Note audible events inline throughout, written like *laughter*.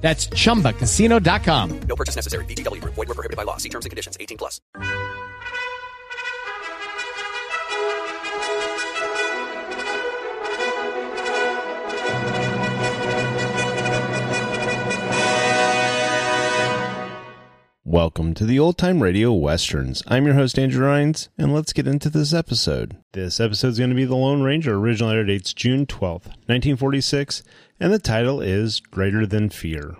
That's chumbacasino.com. No purchase necessary. VGW Group. Void were prohibited by law. See terms and conditions. 18 plus. Welcome to the Old Time Radio Westerns. I'm your host, Andrew Rhines, and let's get into this episode. This episode is going to be The Lone Ranger. Original air dates June 12th, 1946, and the title is Greater Than Fear.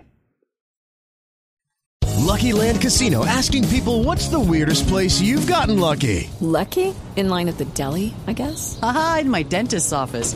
Lucky Land Casino asking people what's the weirdest place you've gotten lucky? Lucky? In line at the deli, I guess? Aha, in my dentist's office.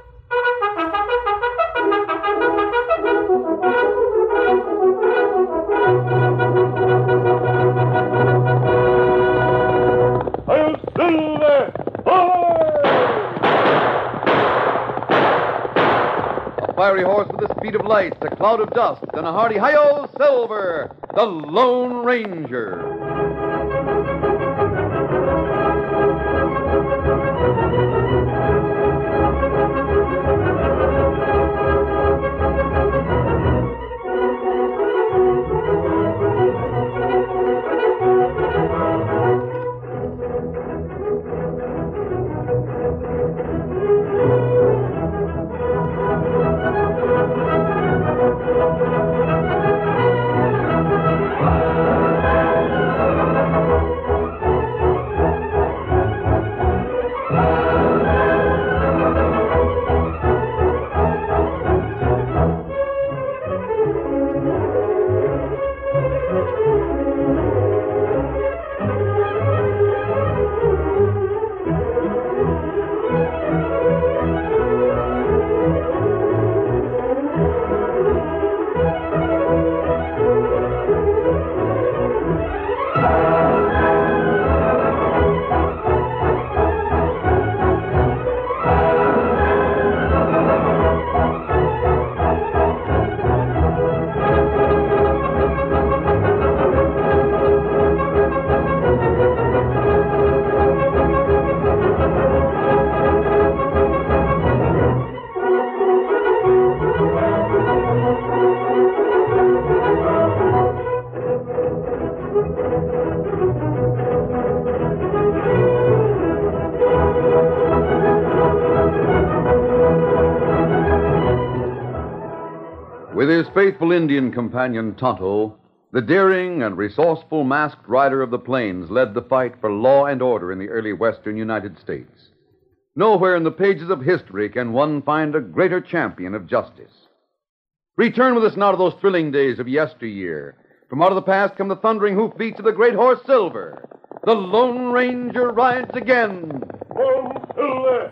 I'll Silver! A fiery horse with the speed of light, a cloud of dust, and a hearty hi-yo, Silver, the Lone Ranger. With his faithful Indian companion Tonto, the daring and resourceful masked rider of the plains led the fight for law and order in the early western United States. Nowhere in the pages of history can one find a greater champion of justice. Return with us now to those thrilling days of yesteryear. From out of the past come the thundering hoofbeats of the great horse Silver. The Lone Ranger rides again. Silver,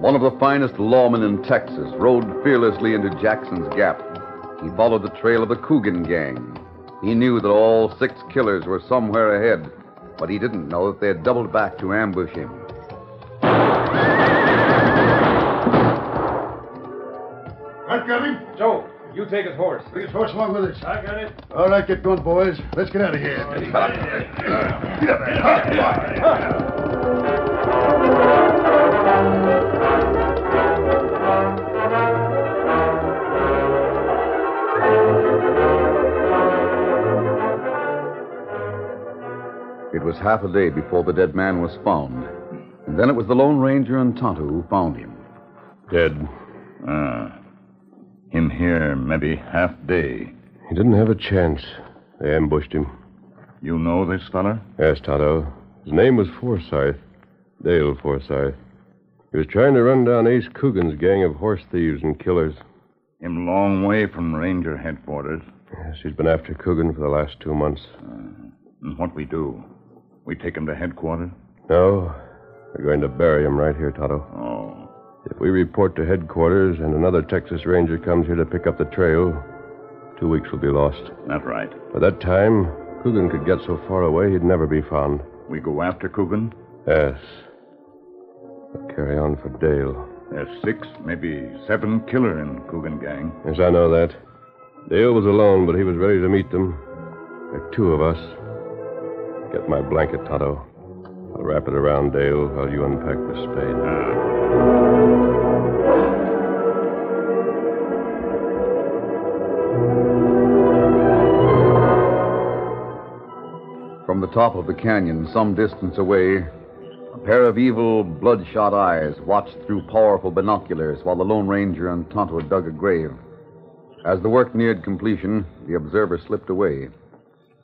One of the finest lawmen in Texas rode fearlessly into Jackson's Gap. He followed the trail of the Coogan gang. He knew that all six killers were somewhere ahead, but he didn't know that they had doubled back to ambush him. That got him? Joe, you take his horse. Bring his horse along with us. I got it. All right, get going, boys. Let's get out of here. Get up there. Come on. It was half a day before the dead man was found. And then it was the Lone Ranger and Tonto who found him. Dead. Ah. Him here, maybe half day. He didn't have a chance. They ambushed him. You know this feller? Yes, Tonto. His name was Forsyth. Dale Forsyth. He was trying to run down Ace Coogan's gang of horse thieves and killers. Him long way from Ranger headquarters. Yes, he's been after Coogan for the last two months. Uh, And what we do? We take him to headquarters? No, we're going to bury him right here, Tonto. Oh. If we report to headquarters and another Texas Ranger comes here to pick up the trail, two weeks will be lost. That right. By that time, Coogan could get so far away he'd never be found. We go after Coogan? Yes. But carry on for Dale. There's six, maybe seven killer in Coogan gang. Yes, I know that. Dale was alone, but he was ready to meet them. There are two of us. Get my blanket, Tonto. I'll wrap it around Dale while you unpack the spade. From the top of the canyon, some distance away, a pair of evil, bloodshot eyes watched through powerful binoculars while the Lone Ranger and Tonto dug a grave. As the work neared completion, the observer slipped away.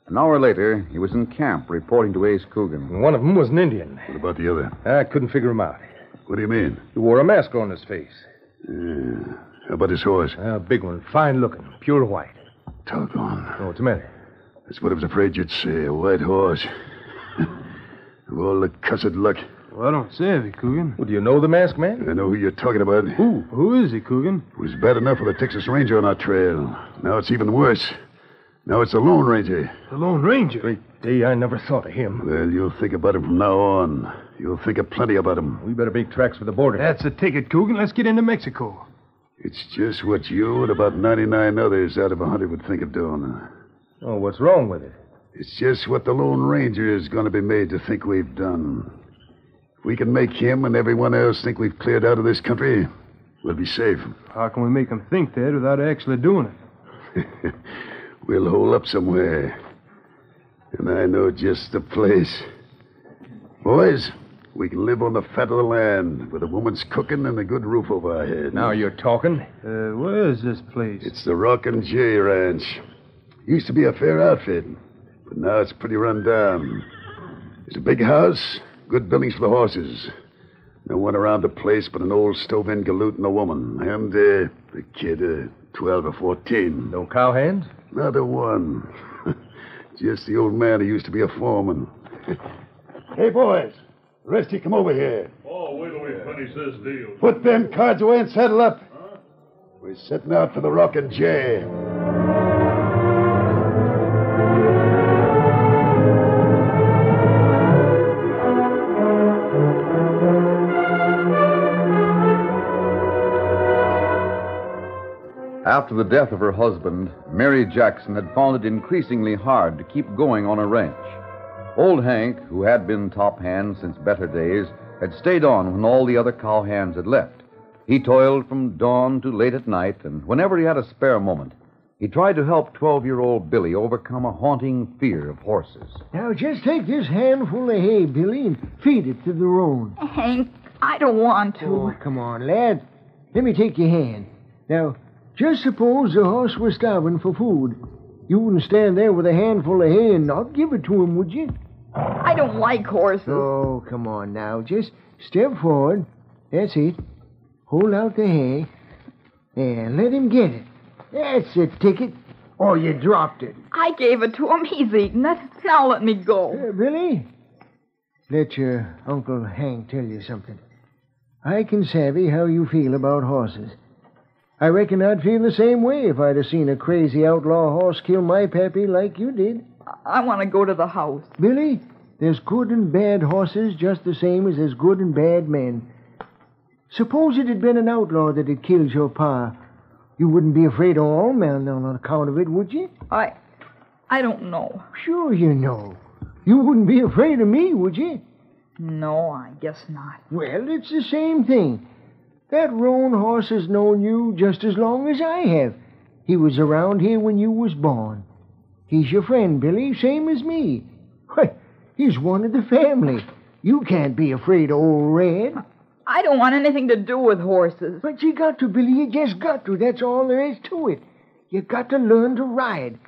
An hour later, he was in camp reporting to Ace Coogan. One of them was an Indian. What about the other? I couldn't figure him out. What do you mean? He wore a mask on his face. Yeah. How about his horse? A big one, fine looking, pure white. Telephone. Oh, what's the matter? That's what I was afraid you'd say. A white horse. *laughs* of all the cussed luck. Well, I don't say it, Coogan. Well, do you know the masked man? I know who you're talking about. Who? Who is he, Coogan? It was bad enough with a Texas Ranger on our trail. Now it's even worse. Now it's the Lone Ranger. The Lone Ranger? Great day, I never thought of him. Well, you'll think about him from now on. You'll think of plenty about him. We better make tracks for the border. That's the ticket, Coogan. Let's get into Mexico. It's just what you and about 99 others out of a 100 would think of doing. Oh, what's wrong with it? It's just what the Lone Ranger is going to be made to think we've done. If we can make him and everyone else think we've cleared out of this country, we'll be safe. How can we make him think that without actually doing it? We'll hole up somewhere. And I know just the place. Boys, we can live on the fat of the land with a woman's cooking and a good roof over our head. Now you're talking. Uh, where is this place? It's the Rock and Jay Ranch. Used to be a fair outfit, but now it's pretty run down. It's a big house, good buildings for the horses. No one around the place but an old stove in galoot and a woman. And uh, the kid, uh, 12 or 14. No cowhands? Not a one. *laughs* Just the old man who used to be a foreman. hey, boys. The rest of you come over here. Oh, wait till we finish this deal. Put them cards away and saddle up. Huh? We're setting out for the Rock and Jay. After the death of her husband, Mary Jackson had found it increasingly hard to keep going on a ranch. Old Hank, who had been top hand since better days, had stayed on when all the other cowhands had left. He toiled from dawn to late at night, and whenever he had a spare moment, he tried to help 12 year old Billy overcome a haunting fear of horses. Now, just take this handful of hay, Billy, and feed it to the roan. Hank, I don't want to. Oh, come on, lad. Let me take your hand. Now, just suppose the horse were starving for food. You wouldn't stand there with a handful of hay and not give it to him, would you? I don't like horses. Oh, come on now. Just step forward. That's it. Hold out the hay. There, let him get it. That's a ticket. Oh, you dropped it. I gave it to him. He's eaten it. Now let me go. Uh, Billy, Let your Uncle Hank tell you something. I can savvy how you feel about horses. I reckon I'd feel the same way if I'd have seen a crazy outlaw horse kill my pappy like you did. I want to go to the house. Billy, there's good and bad horses just the same as there's good and bad men. Suppose it had been an outlaw that had killed your pa. You wouldn't be afraid of all men on account of it, would you? I. I don't know. Sure, you know. You wouldn't be afraid of me, would you? No, I guess not. Well, it's the same thing. That roan horse has known you just as long as I have. He was around here when you was born. He's your friend, Billy, same as me. Why, he's one of the family. You can't be afraid of old Red. I don't want anything to do with horses. But you got to, Billy. You just got to. That's all there is to it. You got to learn to ride.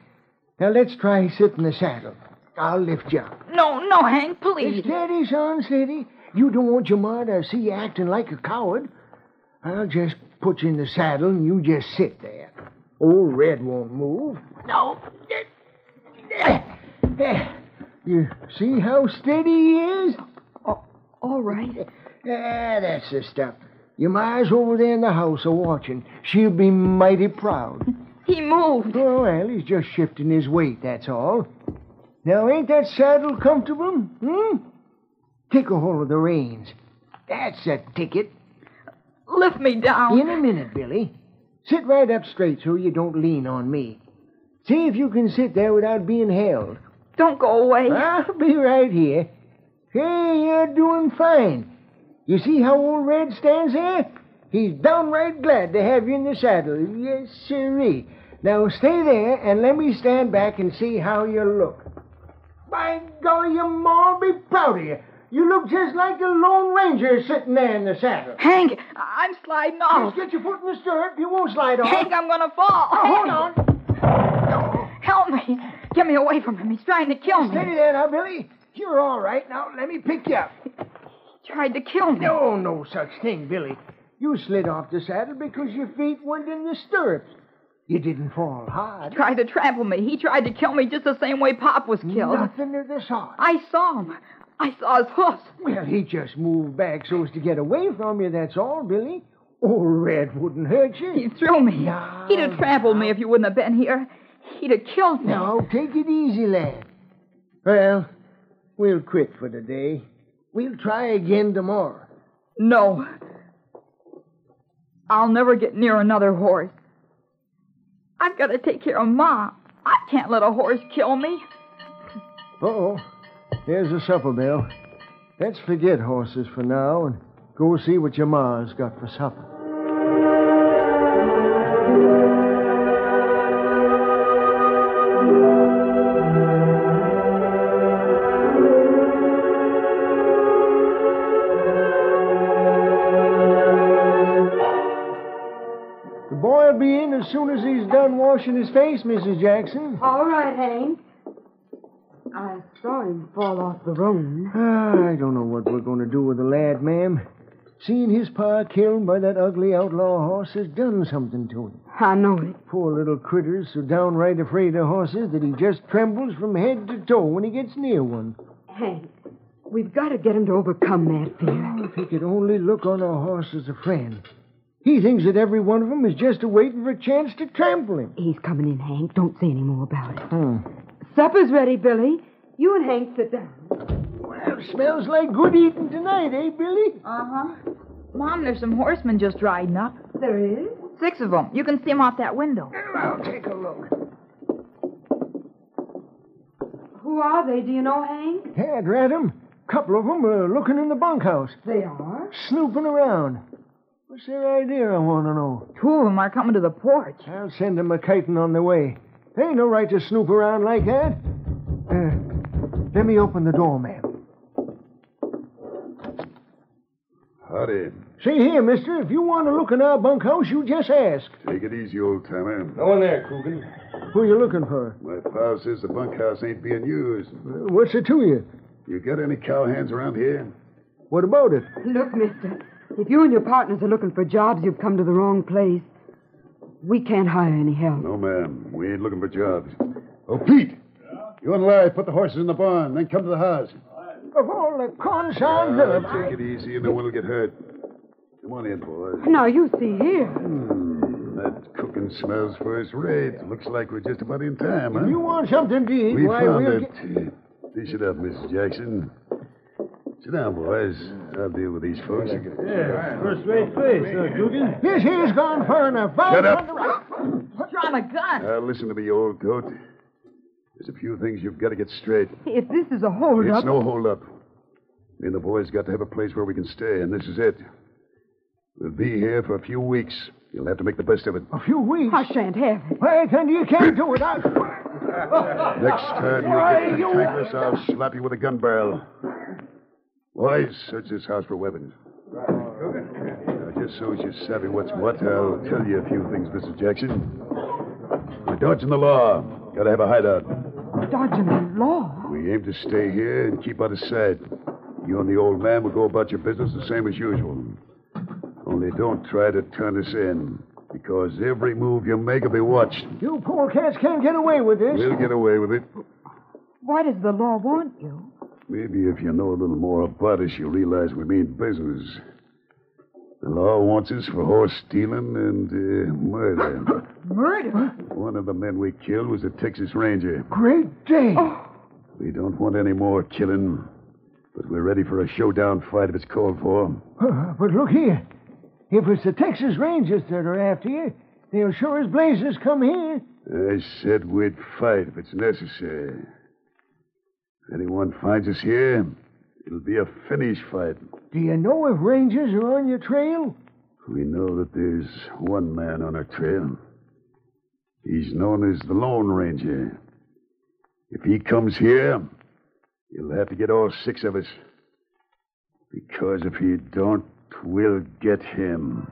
Now let's try sitting the saddle. I'll lift you up. No, no, Hank, please. Steady, son, steady. You don't want your ma to see you acting like a coward. I'll just put you in the saddle and you just sit there. Old Red won't move. No. You see how steady he is? Oh, all right. *laughs* Yeah, that's the stuff. Your ma's over there in the house a watching. She'll be mighty proud. *laughs* He moved. Oh, well, he's just shifting his weight, that's all. Now, ain't that saddle comfortable? Hmm? Take a hold of the reins. That's a ticket. Lift me down. In a minute, Billy. Sit right up straight so you don't lean on me. See if you can sit there without being held. Don't go away. I'll be right here. Hey, you're doing fine. You see how old Red stands there? He's downright glad to have you in the saddle. Yes, sirree. Now stay there and let me stand back and see how you look. By golly, your ma'll be proud of you. You look just like a Lone Ranger sitting there in the saddle. Hank, I'm sliding off. Just get your foot in the stirrup. You won't slide off. Hank, I'm gonna fall. Oh, hold on. Help me. Get me away from him. He's trying to kill me. Steady there now, Billy. You're all right. Now let me pick you up. He tried to kill me. No, no such thing, Billy. You slid off the saddle because your feet went in the stirrups. You didn't fall hard. He tried to trample me. He tried to kill me just the same way Pop was killed. Nothing of the sort. I saw him. I saw his hoofs. Well, he just moved back so as to get away from you, that's all, Billy. Old Red wouldn't hurt you. He threw me. No, He'd have trampled me if you wouldn't have been here. He'd have killed me. Now, Oh. take it easy, lad. Well, we'll quit for today. We'll try again tomorrow. No. I'll never get near another horse. I've got to take care of Ma. I can't let a horse kill me. oh. Here's the supper bell. Let's forget horses for now and go see what your ma's got for supper. The boy'll be in as soon as he's done washing his face, Mrs. Jackson. All right, Hank. I saw him fall off the roan. Ah, I don't know what we're going to do with the lad, ma'am. Seeing his pa killed by that ugly outlaw horse has done something to him. I know it. Poor little critter's so downright afraid of horses that he just trembles from head to toe when he gets near one. Hank, we've got to get him to overcome that fear. Oh, if he could only look on a horse as a friend. He thinks that every one of 'em is just a waiting for a chance to trample him. He's coming in, Hank. Don't say any more about it. Hmm. Supper's ready, Billy. You and Hank sit down. Well, smells like good eating tonight, eh, Billy? Uh huh. Mom, there's some horsemen just riding up. There is? Six of them. You can see them out that window. Well, I'll take a look. Who are they? Do you know, Hank? Had read 'em. Couple of 'em are looking in the bunkhouse, They are. snooping around. What's their idea, I want to know? Two of them are coming to the porch. I'll send 'em a kiting on the way. They ain't no right to snoop around like that. Uh, let me open the door, ma'am. Howdy. See here, mister, if you want to look in our bunkhouse, you just ask. Take it easy, old timer. No one there, Coogan. Who you looking for? My pa says the bunkhouse ain't being used. Uh, What's it to you? You got any cowhands around here? What about it? Look, mister, if you and your partners are looking for jobs, you've come to the wrong place. We can't hire any help. No, ma'am. We ain't looking for jobs. Oh, Pete! You and Larry put the horses in the barn, then come to the house. of all the consound of... Uh, take it easy. No one will get hurt. Come on in, boys. Hmm, Now, you see here. That cooking smells first rate. Looks like we're just about in time, huh? If you want something to eat, we why, found we'll that. uh, Dish it up, Mrs. Jackson. Sit down, boys. I'll deal with these folks. First rate place, huh, uh, Dugan? This here's gone far enough. Shut up. Draw the gun. Now, listen to me, old goat. There's a few things you've got to get straight. If this is a holdup. It's no holdup. Me and the boys got to have a place where we can stay, and this is it. We'll be here for a few weeks. You'll have to make the best of it. A few weeks. I shan't have it. Why, thunder, you can't do it. I... Next time you get to Tigris, I'll slap you with a gun barrel. Boys, search this house for weapons. Now, just so you savvy what's what, I'll tell you a few things, Mrs. Jackson. We're dodging the law. Gotta have a hideout. Dodging the law. We aim to stay here and keep out of sight. You and the old man will go about your business the same as usual. Only don't try to turn us in, because every move you make will be watched. You poor cats can't get away with this. We'll get away with it. Why does the law want you? Maybe if you know a little more about us, you'll realize we mean business. The law wants us for horse stealing and uh, murder. Murder? One of the men we killed was a Texas Ranger. Great day. We don't want any more killing, but we're ready for a showdown fight if it's called for. Uh, but look here. If it's the Texas Rangers that are after you, they'll sure as blazes come here. I said we'd fight if it's necessary. If anyone finds us here, it'll be a finish fight. Do you know if Rangers are on your trail? We know that there's one man on our trail. He's known as the Lone Ranger. If he comes here, you'll have to get all six of us. Because if you don't, we'll get him.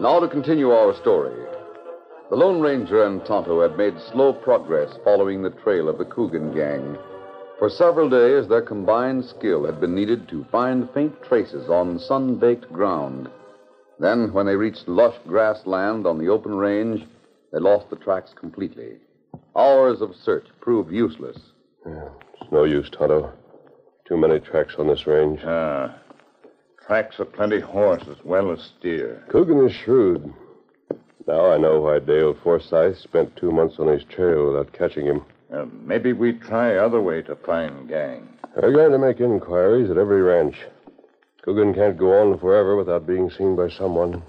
Now to continue our story. The Lone Ranger and Tonto had made slow progress following the trail of the Coogan gang. For several days, their combined skill had been needed to find faint traces on sun baked ground. Then, when they reached lush grassland on the open range, they lost the tracks completely. Hours of search proved useless. It's no use, Tonto. Too many tracks on this range. Ah. Tracks of plenty horse as well as steer. Coogan is shrewd. Now I know why Dale Forsyth spent two months on his trail without catching him. Uh, maybe we try other way to find gang. They're going to make inquiries at every ranch. Coogan can't go on forever without being seen by someone.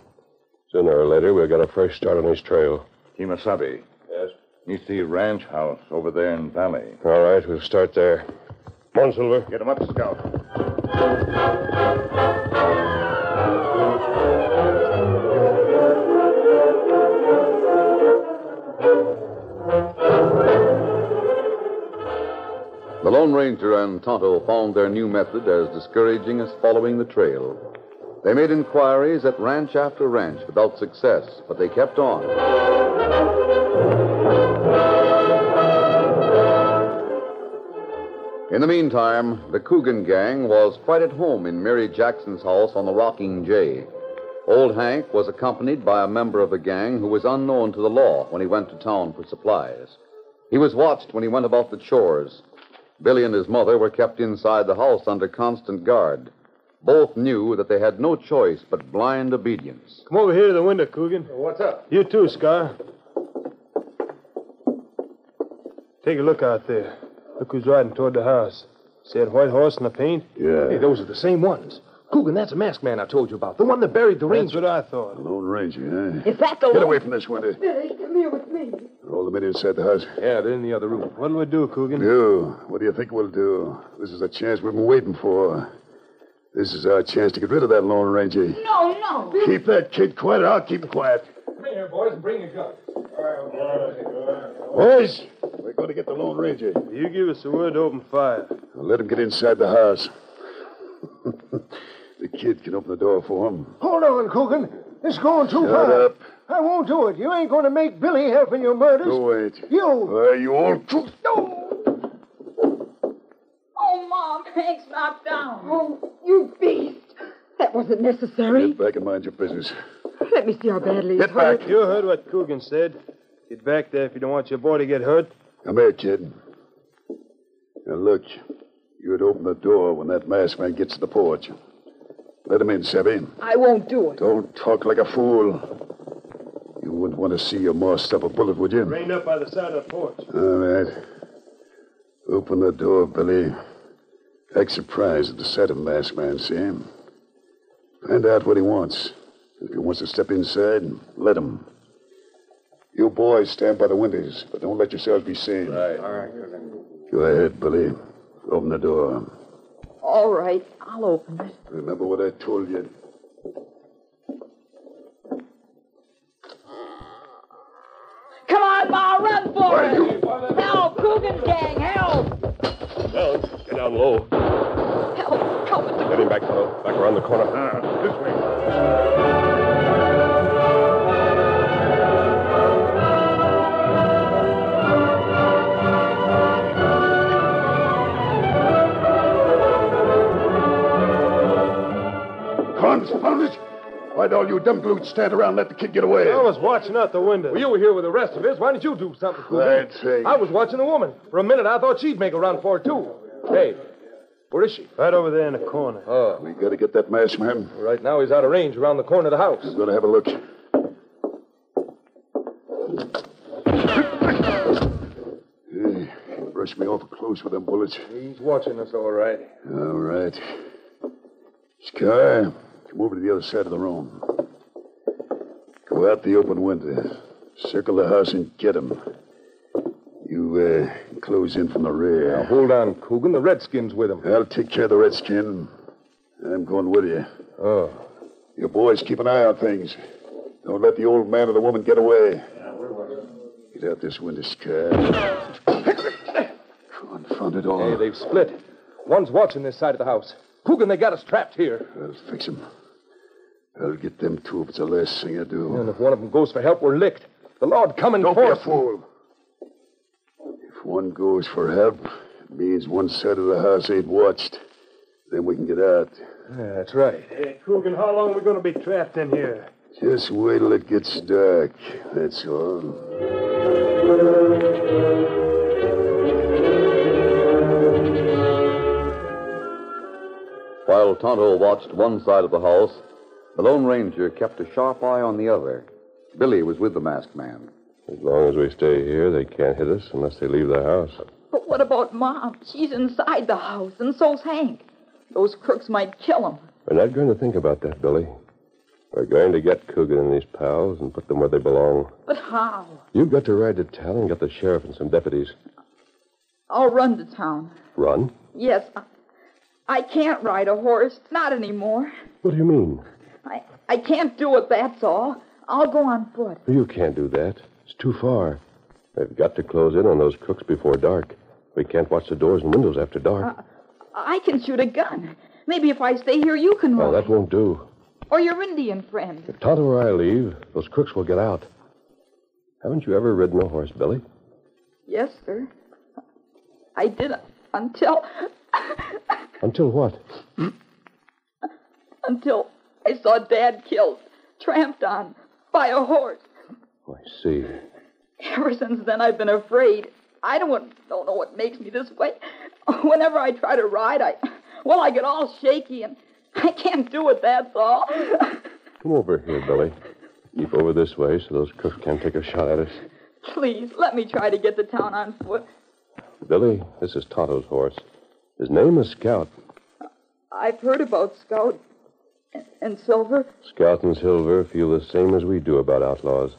Sooner or later, we'll get a fresh start on his trail. Kimasabi. Yes? You see ranch house over there in valley. All right, we'll start there. Come on, Silver. Get him up, Scout. The Lone Ranger and Tonto found their new method as discouraging as following the trail. They made inquiries at ranch after ranch without success, but they kept on. In the meantime, the Coogan gang was quite at home in Mary Jackson's house on the Rocking Jay. Old Hank was accompanied by a member of the gang who was unknown to the law when he went to town for supplies. He was watched when he went about the chores. Billy and his mother were kept inside the house under constant guard. Both knew that they had no choice but blind obedience. Come over here to the window, Coogan. What's up? You too, Scar. Take a look out there. Look who's riding toward the house. See that white horse in the paint? Yeah. Hey, those are the same ones. Coogan, that's a masked man I told you about. The one that buried the That's ranger. That's what I thought. Lone Ranger, huh? Is that the Get one- away from this window. Billy, come here with me. Roll them in inside the house. Yeah, they're in the other room. What'll we do, Coogan? Do. What do you think we'll do? This is a chance we've been waiting for. This is our chance to get rid of that Lone Ranger. No, no. Keep that kid quiet, or I'll keep him quiet. Here, boys, bring your gun. Boys, we're going to get the Lone Ranger. You give us the word to open fire. Now let him get inside the house. *laughs* the kid can open the door for him. Hold on, Coogan. This is going too Shut far. up. I won't do it. You ain't going to make Billy help in your murders. Do it. You. Uh, you old coot. Oh, Mom, Hank's knocked down. Oh, you beast. That wasn't necessary. Get back and mind your business. Let me see how badly he's Get back. hurt. You heard what Coogan said. Get back there if you don't want your boy to get hurt. Come here, kid. Now look, you'd open the door when that masked man gets to the porch. Let him in, Sebby. I won't do it. Don't talk like a fool. You wouldn't want to see your ma stop a bullet, would you? Reined up by the side of the porch. All right. Open the door, Billy. Act surprised at the sight of the masked man, see? Find out what he wants. If he wants to step inside, let him. You boys stand by the windows, but don't let yourselves be seen. Right. All right. Go ahead, Billy. Open the door. All right, I'll open it. Remember what I told you. Come on, Ma, run for it. Help, Coogan gang, help. Well, get down low. Get him back, fellow. Back around the corner. Ah. this way. Confound it! Why'd all you dumb glutes stand around and let the kid get away? I was watching out the window. Well, you were here with the rest of us. Why didn't you do something, Coogan? That's it. I was watching the woman. For a minute, I thought she'd make a run for it, too. Hey, where is she? Right over there in the corner. Oh. We gotta get that masked man. Right now, he's out of range around the corner of the house. I'm gonna have a look. Hey, brush me off close with them bullets. He's watching us, all right. All right. Sky, come over to the other side of the room. Go out the open window. Circle the house and get him. You uh, close in from the rear. Hold on, Coogan. The Redskins with him. I'll take care of the redskin. I'm going with you. Oh. You boys keep an eye on things. Don't let the old man or the woman get away. Get out this window, Sky. Confound it all. Hey, they've split. One's watching this side of the house. Coogan, they got us trapped here. I'll fix him. I'll get them two if it's the last thing I do. And if one of them goes for help, we're licked. The Lord coming Don't for be a us. fool. If one goes for help, it means one side of the house ain't watched. Then we can get out. Yeah, that's right. Hey, Coogan, how long are we going to be trapped in here? Just wait till it gets dark. That's all. While Tonto watched one side of the house, the Lone Ranger kept a sharp eye on the other. Billy was with the masked man. As long as we stay here, they can't hit us unless they leave the house. But what about Mom? She's inside the house, and so's Hank. Those crooks might kill him. We're not going to think about that, Billy. We're going to get Coogan and his pals and put them where they belong. But how? You've got to ride to town and get the sheriff and some deputies. I'll run to town. Run? Yes, I, I can't ride a horse. Not anymore. What do you mean? I, I can't do it, that's all. I'll go on foot. You can't do that. It's too far. They've got to close in on those crooks before dark. We can't watch the doors and windows after Uh, dark. I can shoot a gun. Maybe if I stay here, you can Well, ride. that won't do. Or your Indian friend. If Tonto or I leave, those crooks will get out. Haven't you ever ridden a horse, Billy? Yes, sir. I did until Until what? until I saw Dad killed, tramped on by a horse. Oh, I see. Ever since then, I've been afraid. I don't, want- don't know what makes me this way. Whenever I try to ride, I, well, I get all shaky and I can't do it, that's all. Come over here, Billy. Keep over this way so those crooks can't take a shot at us. Please, let me try to get to town on foot. Billy, this is Tonto's horse. His name is Scout. I've heard about Scout and, and Silver, Scout and Silver feel the same as we do about outlaws.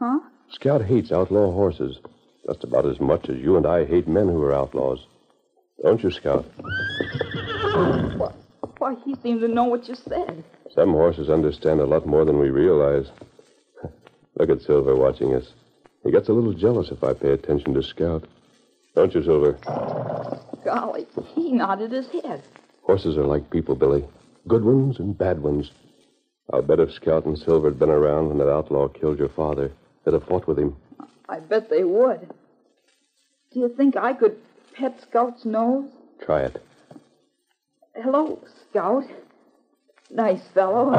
huh? Scout hates outlaw horses just about as much as you and I hate men who are outlaws. Don't you, Scout? Why, he seemed to know what you said. Some horses understand a lot more than we realize. *laughs* Look at Silver watching us. He gets a little jealous if I pay attention to Scout. Don't you, Silver? Golly, he nodded his head. Horses are like people, Billy. Good ones and bad ones. I'll bet if Scout and Silver had been around when that outlaw killed your father, they'd have fought with him. I bet they would. Do you think I could pet Scout's nose? Try it. Hello, Scout. Nice fellow.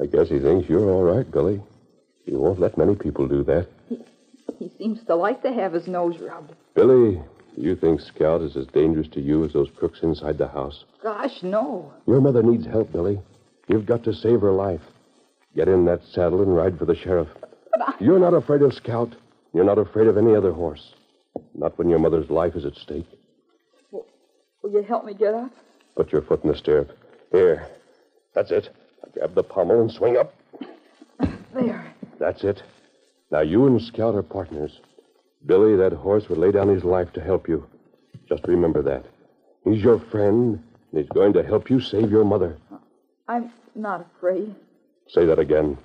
I guess he thinks you're all right, Billy. You won't let many people do that. He seems to like to have his nose rubbed. Billy, do you think Scout is as dangerous to you as those crooks inside the house? Gosh, no. Your mother needs help, Billy. You've got to save her life. Get in that saddle and ride for the sheriff. You're not afraid of Scout. You're not afraid of any other horse. Not when your mother's life is at stake. Will you help me get up? Put your foot in the stirrup. Here. That's it. Grab the pommel and swing up. There. That's it. Now you and Scout are partners. Billy, that horse would lay down his life to help you. Just remember that. He's your friend, and he's going to help you save your mother. I'm not afraid. Say that again.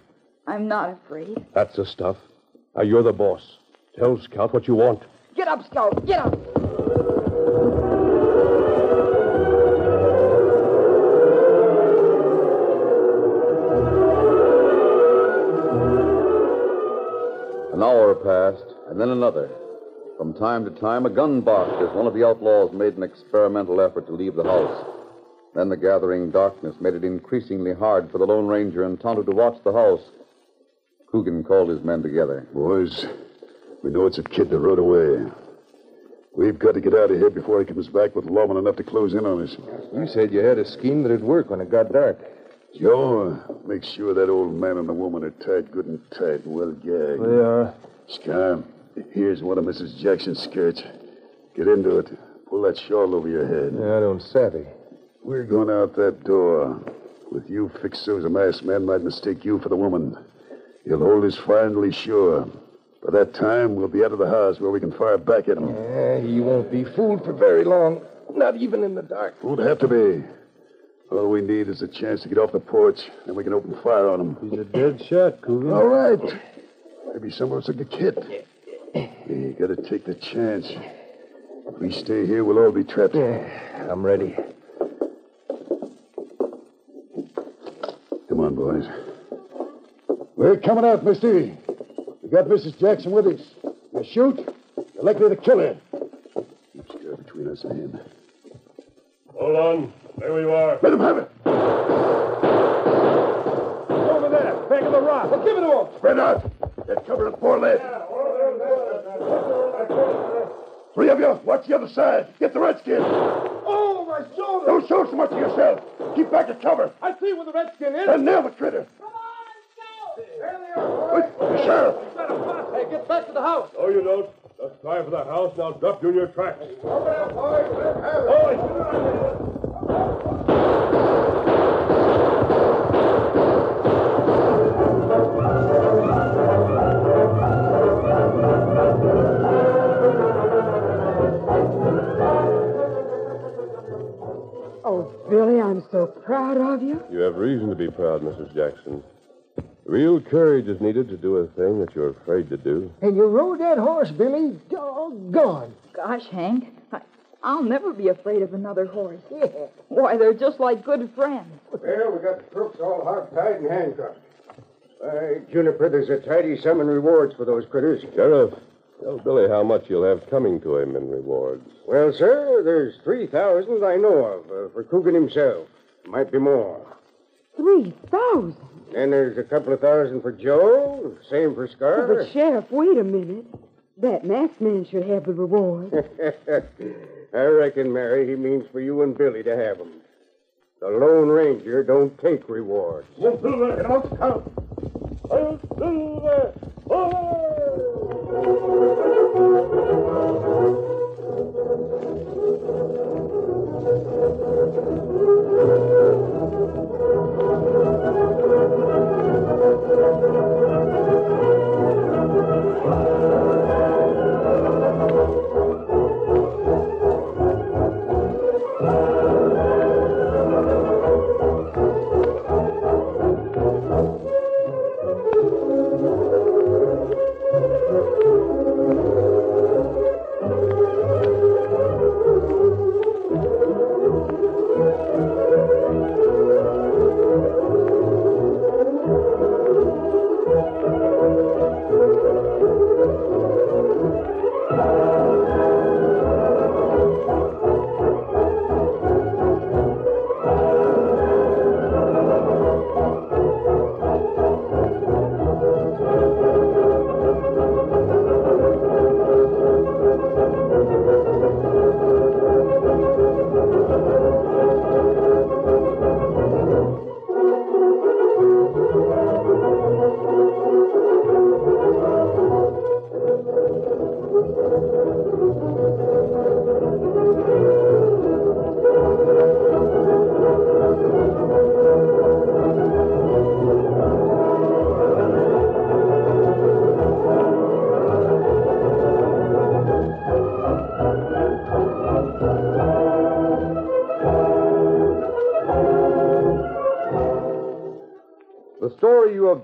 I'm not afraid. That's the stuff. Now you're the boss. Tell Scout what you want. Get up, Scout. Get up. An hour passed, and then another. From time to time, a gun barked as one of the outlaws made an experimental effort to leave the house. Then the gathering darkness made it increasingly hard for the Lone Ranger and Tonto to watch the house. Coogan called his men together. Boys, we know it's a kid that rode away. We've got to get out of here before he comes back with lawmen enough to close in on us. You said you had a scheme that'd work when it got dark. Joe, make sure that old man and the woman are tied good and tight and well gagged. They are. Scar, here's one of Mrs. Jackson's skirts. Get into it. Pull that shawl over your head. I don't savvy. We're going out that door. With you fixed so as a masked man might mistake you for the woman. He'll hold his fire until he's sure. By that time, we'll be out of the house where we can fire back at him. Yeah, Eh, he won't be fooled for very long. Not even in the dark. Won't have to be. All we need is a chance to get off the porch, and we can open fire on him. He's a dead shot, Coogan. All right. Maybe some of us will get hit. We gotta take the chance. If we stay here, we'll all be trapped. Yeah, I'm ready. Come on, boys. We're coming out, Misty. We got Mrs. Jackson with us. You shoot, you're likely to kill her. Between us and him. Hold on. There you are. Let him have it. Over there, back of the rock. Well, give it to him. Spread out. Get cover and poor lad. Three of you, watch the other side. Get the redskin. Oh, my shoulder. Don't show so much of yourself. Keep back to cover. I see where the redskin is. And nail the critter. Sheriff. Hey, get back to the house. No, Oh, you don't. Just try for the house. Now drop you in your tracks. Oh, Billy, I'm so proud of you. You have reason to be proud, Mrs. Jackson. Real courage is needed to do a thing that you're afraid to do. And you rode that horse, Billy. Doggone. Gosh, Hank, I, I'll never be afraid of another horse. Why, they're just like good friends. Well, we got the crooks all hog-tied and handcuffed. Uh, Juniper, there's a tidy sum in rewards for those critters. Sheriff, tell Billy how much you'll have coming to him in rewards. Well, sir, there's 3,000 I know of uh, for Coogan himself. Might be more. Three thousand. Then there's a couple of thousand for Joe, same for Scar. *laughs* But, Sheriff, wait a minute. That masked man should have the reward. *laughs* I reckon, Mary, he means for you and Billy to have 'em. The Lone Ranger don't take rewards. Oh. The story you have